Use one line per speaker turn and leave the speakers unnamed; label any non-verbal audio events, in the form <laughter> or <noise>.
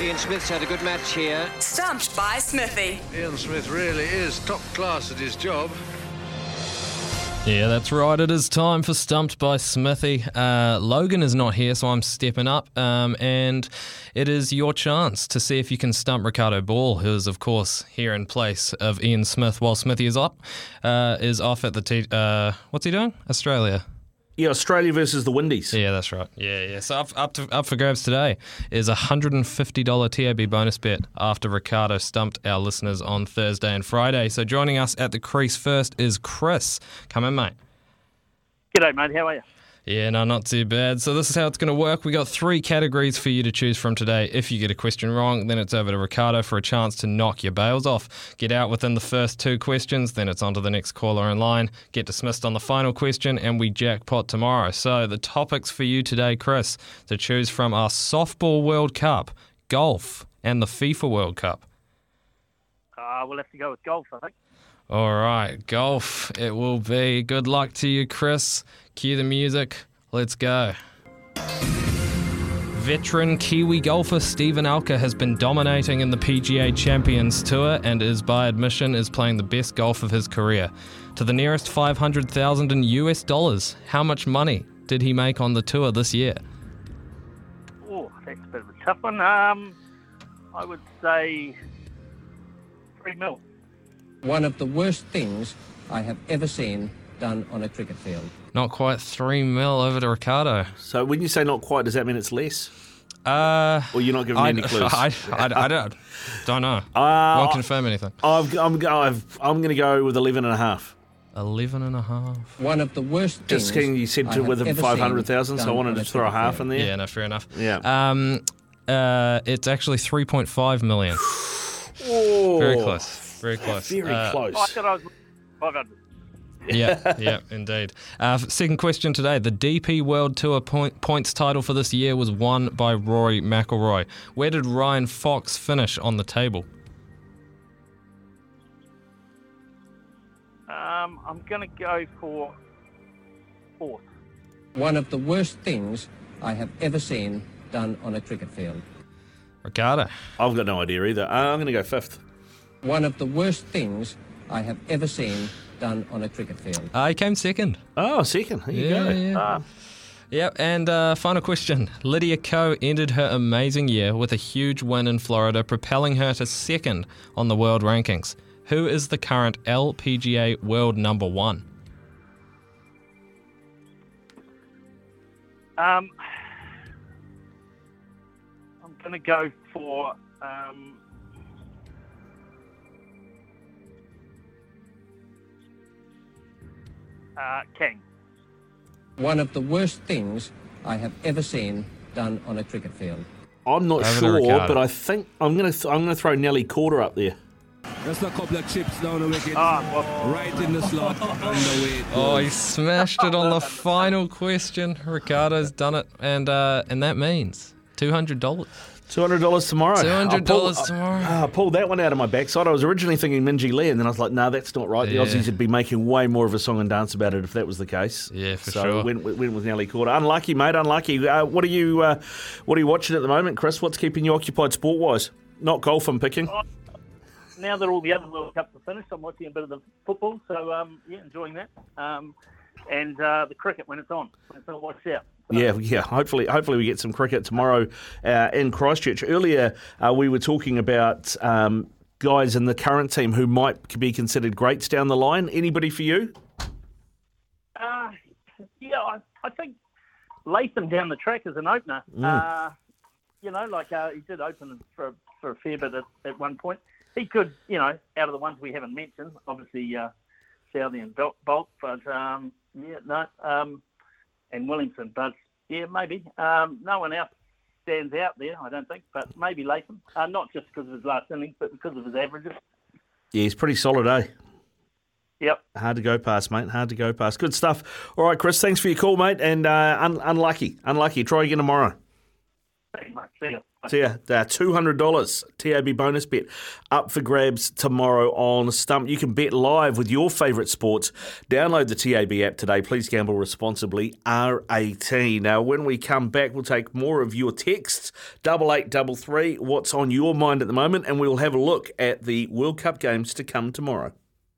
Ian Smith's had a good match here.
Stumped by Smithy.
Ian Smith really is top class at his job.
Yeah, that's right. It is time for Stumped by Smithy. Uh, Logan is not here, so I'm stepping up. Um, and it is your chance to see if you can stump Ricardo Ball, who is, of course, here in place of Ian Smith while Smithy is up, uh, is off at the. T- uh, what's he doing? Australia.
Yeah, Australia versus the Windies.
Yeah, that's right. Yeah, yeah. So up, up, to, up for grabs today is a $150 TAB bonus bet after Ricardo stumped our listeners on Thursday and Friday. So joining us at the crease first is Chris. Come in, mate.
G'day, mate. How are you?
Yeah, no, not too bad. So this is how it's going to work. We got three categories for you to choose from today. If you get a question wrong, then it's over to Ricardo for a chance to knock your bails off. Get out within the first two questions, then it's on to the next caller in line. Get dismissed on the final question, and we jackpot tomorrow. So the topics for you today, Chris, to choose from are softball World Cup, golf, and the FIFA World Cup.
Uh, we'll have to go with golf, I think.
All right, golf it will be. Good luck to you, Chris. Cue the music. Let's go. Veteran Kiwi golfer Stephen Alka has been dominating in the PGA Champions Tour and is, by admission, is playing the best golf of his career. To the nearest 500,000 in US dollars, how much money did he make on the tour this year?
Oh, that's a bit of a tough one. Um, I would say three mil.
one of the worst things I have ever seen done on a cricket field.
Not quite three mil over to Ricardo.
So when you say not quite, does that mean it's less?
Uh,
Or you're not giving me
I, <laughs>
any clues?
I, I- I don't, don't know.
Uh,
Won't confirm anything.
I've, I'm, go- I've, I'm going to go with 11 and a half.
11 and a half.
One of the worst things.
Just kidding, you said
I
to
have
within
ever seen
500,000, so I
done
wanted
on
to throw a
cricket
half
field.
in there.
Yeah, no, fair enough.
Yeah.
Um, uh, it's actually 3.5 million.
Oh,
Very close. Very close.
Very
Uh,
Oh, I
close.
thought I was 500.
yeah, yeah, indeed. Uh, f- second question today. The DP World Tour point, points title for this year was won by Rory McIlroy. Where did Ryan Fox finish on the table?
Um, I'm going to go for fourth.
One of the worst things I have ever seen done on a cricket field.
Ricardo.
I've got no idea either. Uh, I'm going to go fifth.
One of the worst things I have ever seen done on a cricket field.
Uh, he came second.
Oh, second. There you
Yeah,
go.
yeah.
Ah,
Yep, and uh, final question. Lydia Ko ended her amazing year with a huge win in Florida, propelling her to second on the world rankings. Who is the current LPGA world number one?
Um, I'm going to go for. Um, uh, King.
One of the worst things I have ever seen done on a cricket field.
I'm not
Over to
sure,
Ricardo.
but I think I'm going to th- I'm going to throw Nelly Corder up there.
Just a couple of chips down the wicket,
Ah, well,
right in the slot, and away it
Oh,
goes.
he <laughs> smashed it on the final question. Ricardo's done it, and uh, and that means two hundred dollars.
Two hundred dollars tomorrow.
$200
I pulled-
tomorrow.
I, I pulled ah, that one out of my backside. I was originally thinking Minji Lee, and then I was like, "No, that's not right." The
Yeah.
Aussies would be making way more of a song and dance about it if that was the case.
Yeah, for
so
sure.
Went, with- went with Nelly Corder. Unlucky, mate. Unlucky. Uh, what are you uh, What are you watching at the moment, Chris? What's keeping you occupied sport wise? Not golf, I'm picking.
now that all the other World Cups are finished, I'm watching a bit of the football. So, um, yeah, enjoying that. Um, and uh, the cricket when it's on. When it's on, watch out.
Yeah, yeah. Hopefully, hopefully we get some cricket tomorrow uh, in Christchurch. Earlier, uh, we were talking about um, guys in the current team who might be considered greats down the line. Anybody for you?
Uh, yeah, I, I think Latham down the track is an opener. Uh, you know, like uh, he did open for for a fair bit at, at one point. He could, you know, out of the ones we haven't mentioned, obviously uh, Southey and Bol- Bolt, but um, yeah, no, um, and Williamson, but yeah, maybe um, no one else stands out there, I don't think, but maybe Latham, uh, not just because of his last innings, but because of his averages.
Yeah, he's pretty solid, eh?
Yep.
Hard to go past, mate. Hard to go past. Good stuff. All right, Chris. Thanks for your call, mate. And uh, un- unlucky, unlucky. Try again tomorrow.
Thank you, mate. See ya. Bye.
So yeah, uh, two hundred dollars TAB bonus bet up for grabs tomorrow on Stump. You can bet live with your favourite sports. Download the TAB app today. Please gamble responsibly. R eighteen. Now, when we come back, we'll take more of your texts. Double eight double three. What's on your mind at the moment? And we will have a look at the World Cup games to come tomorrow.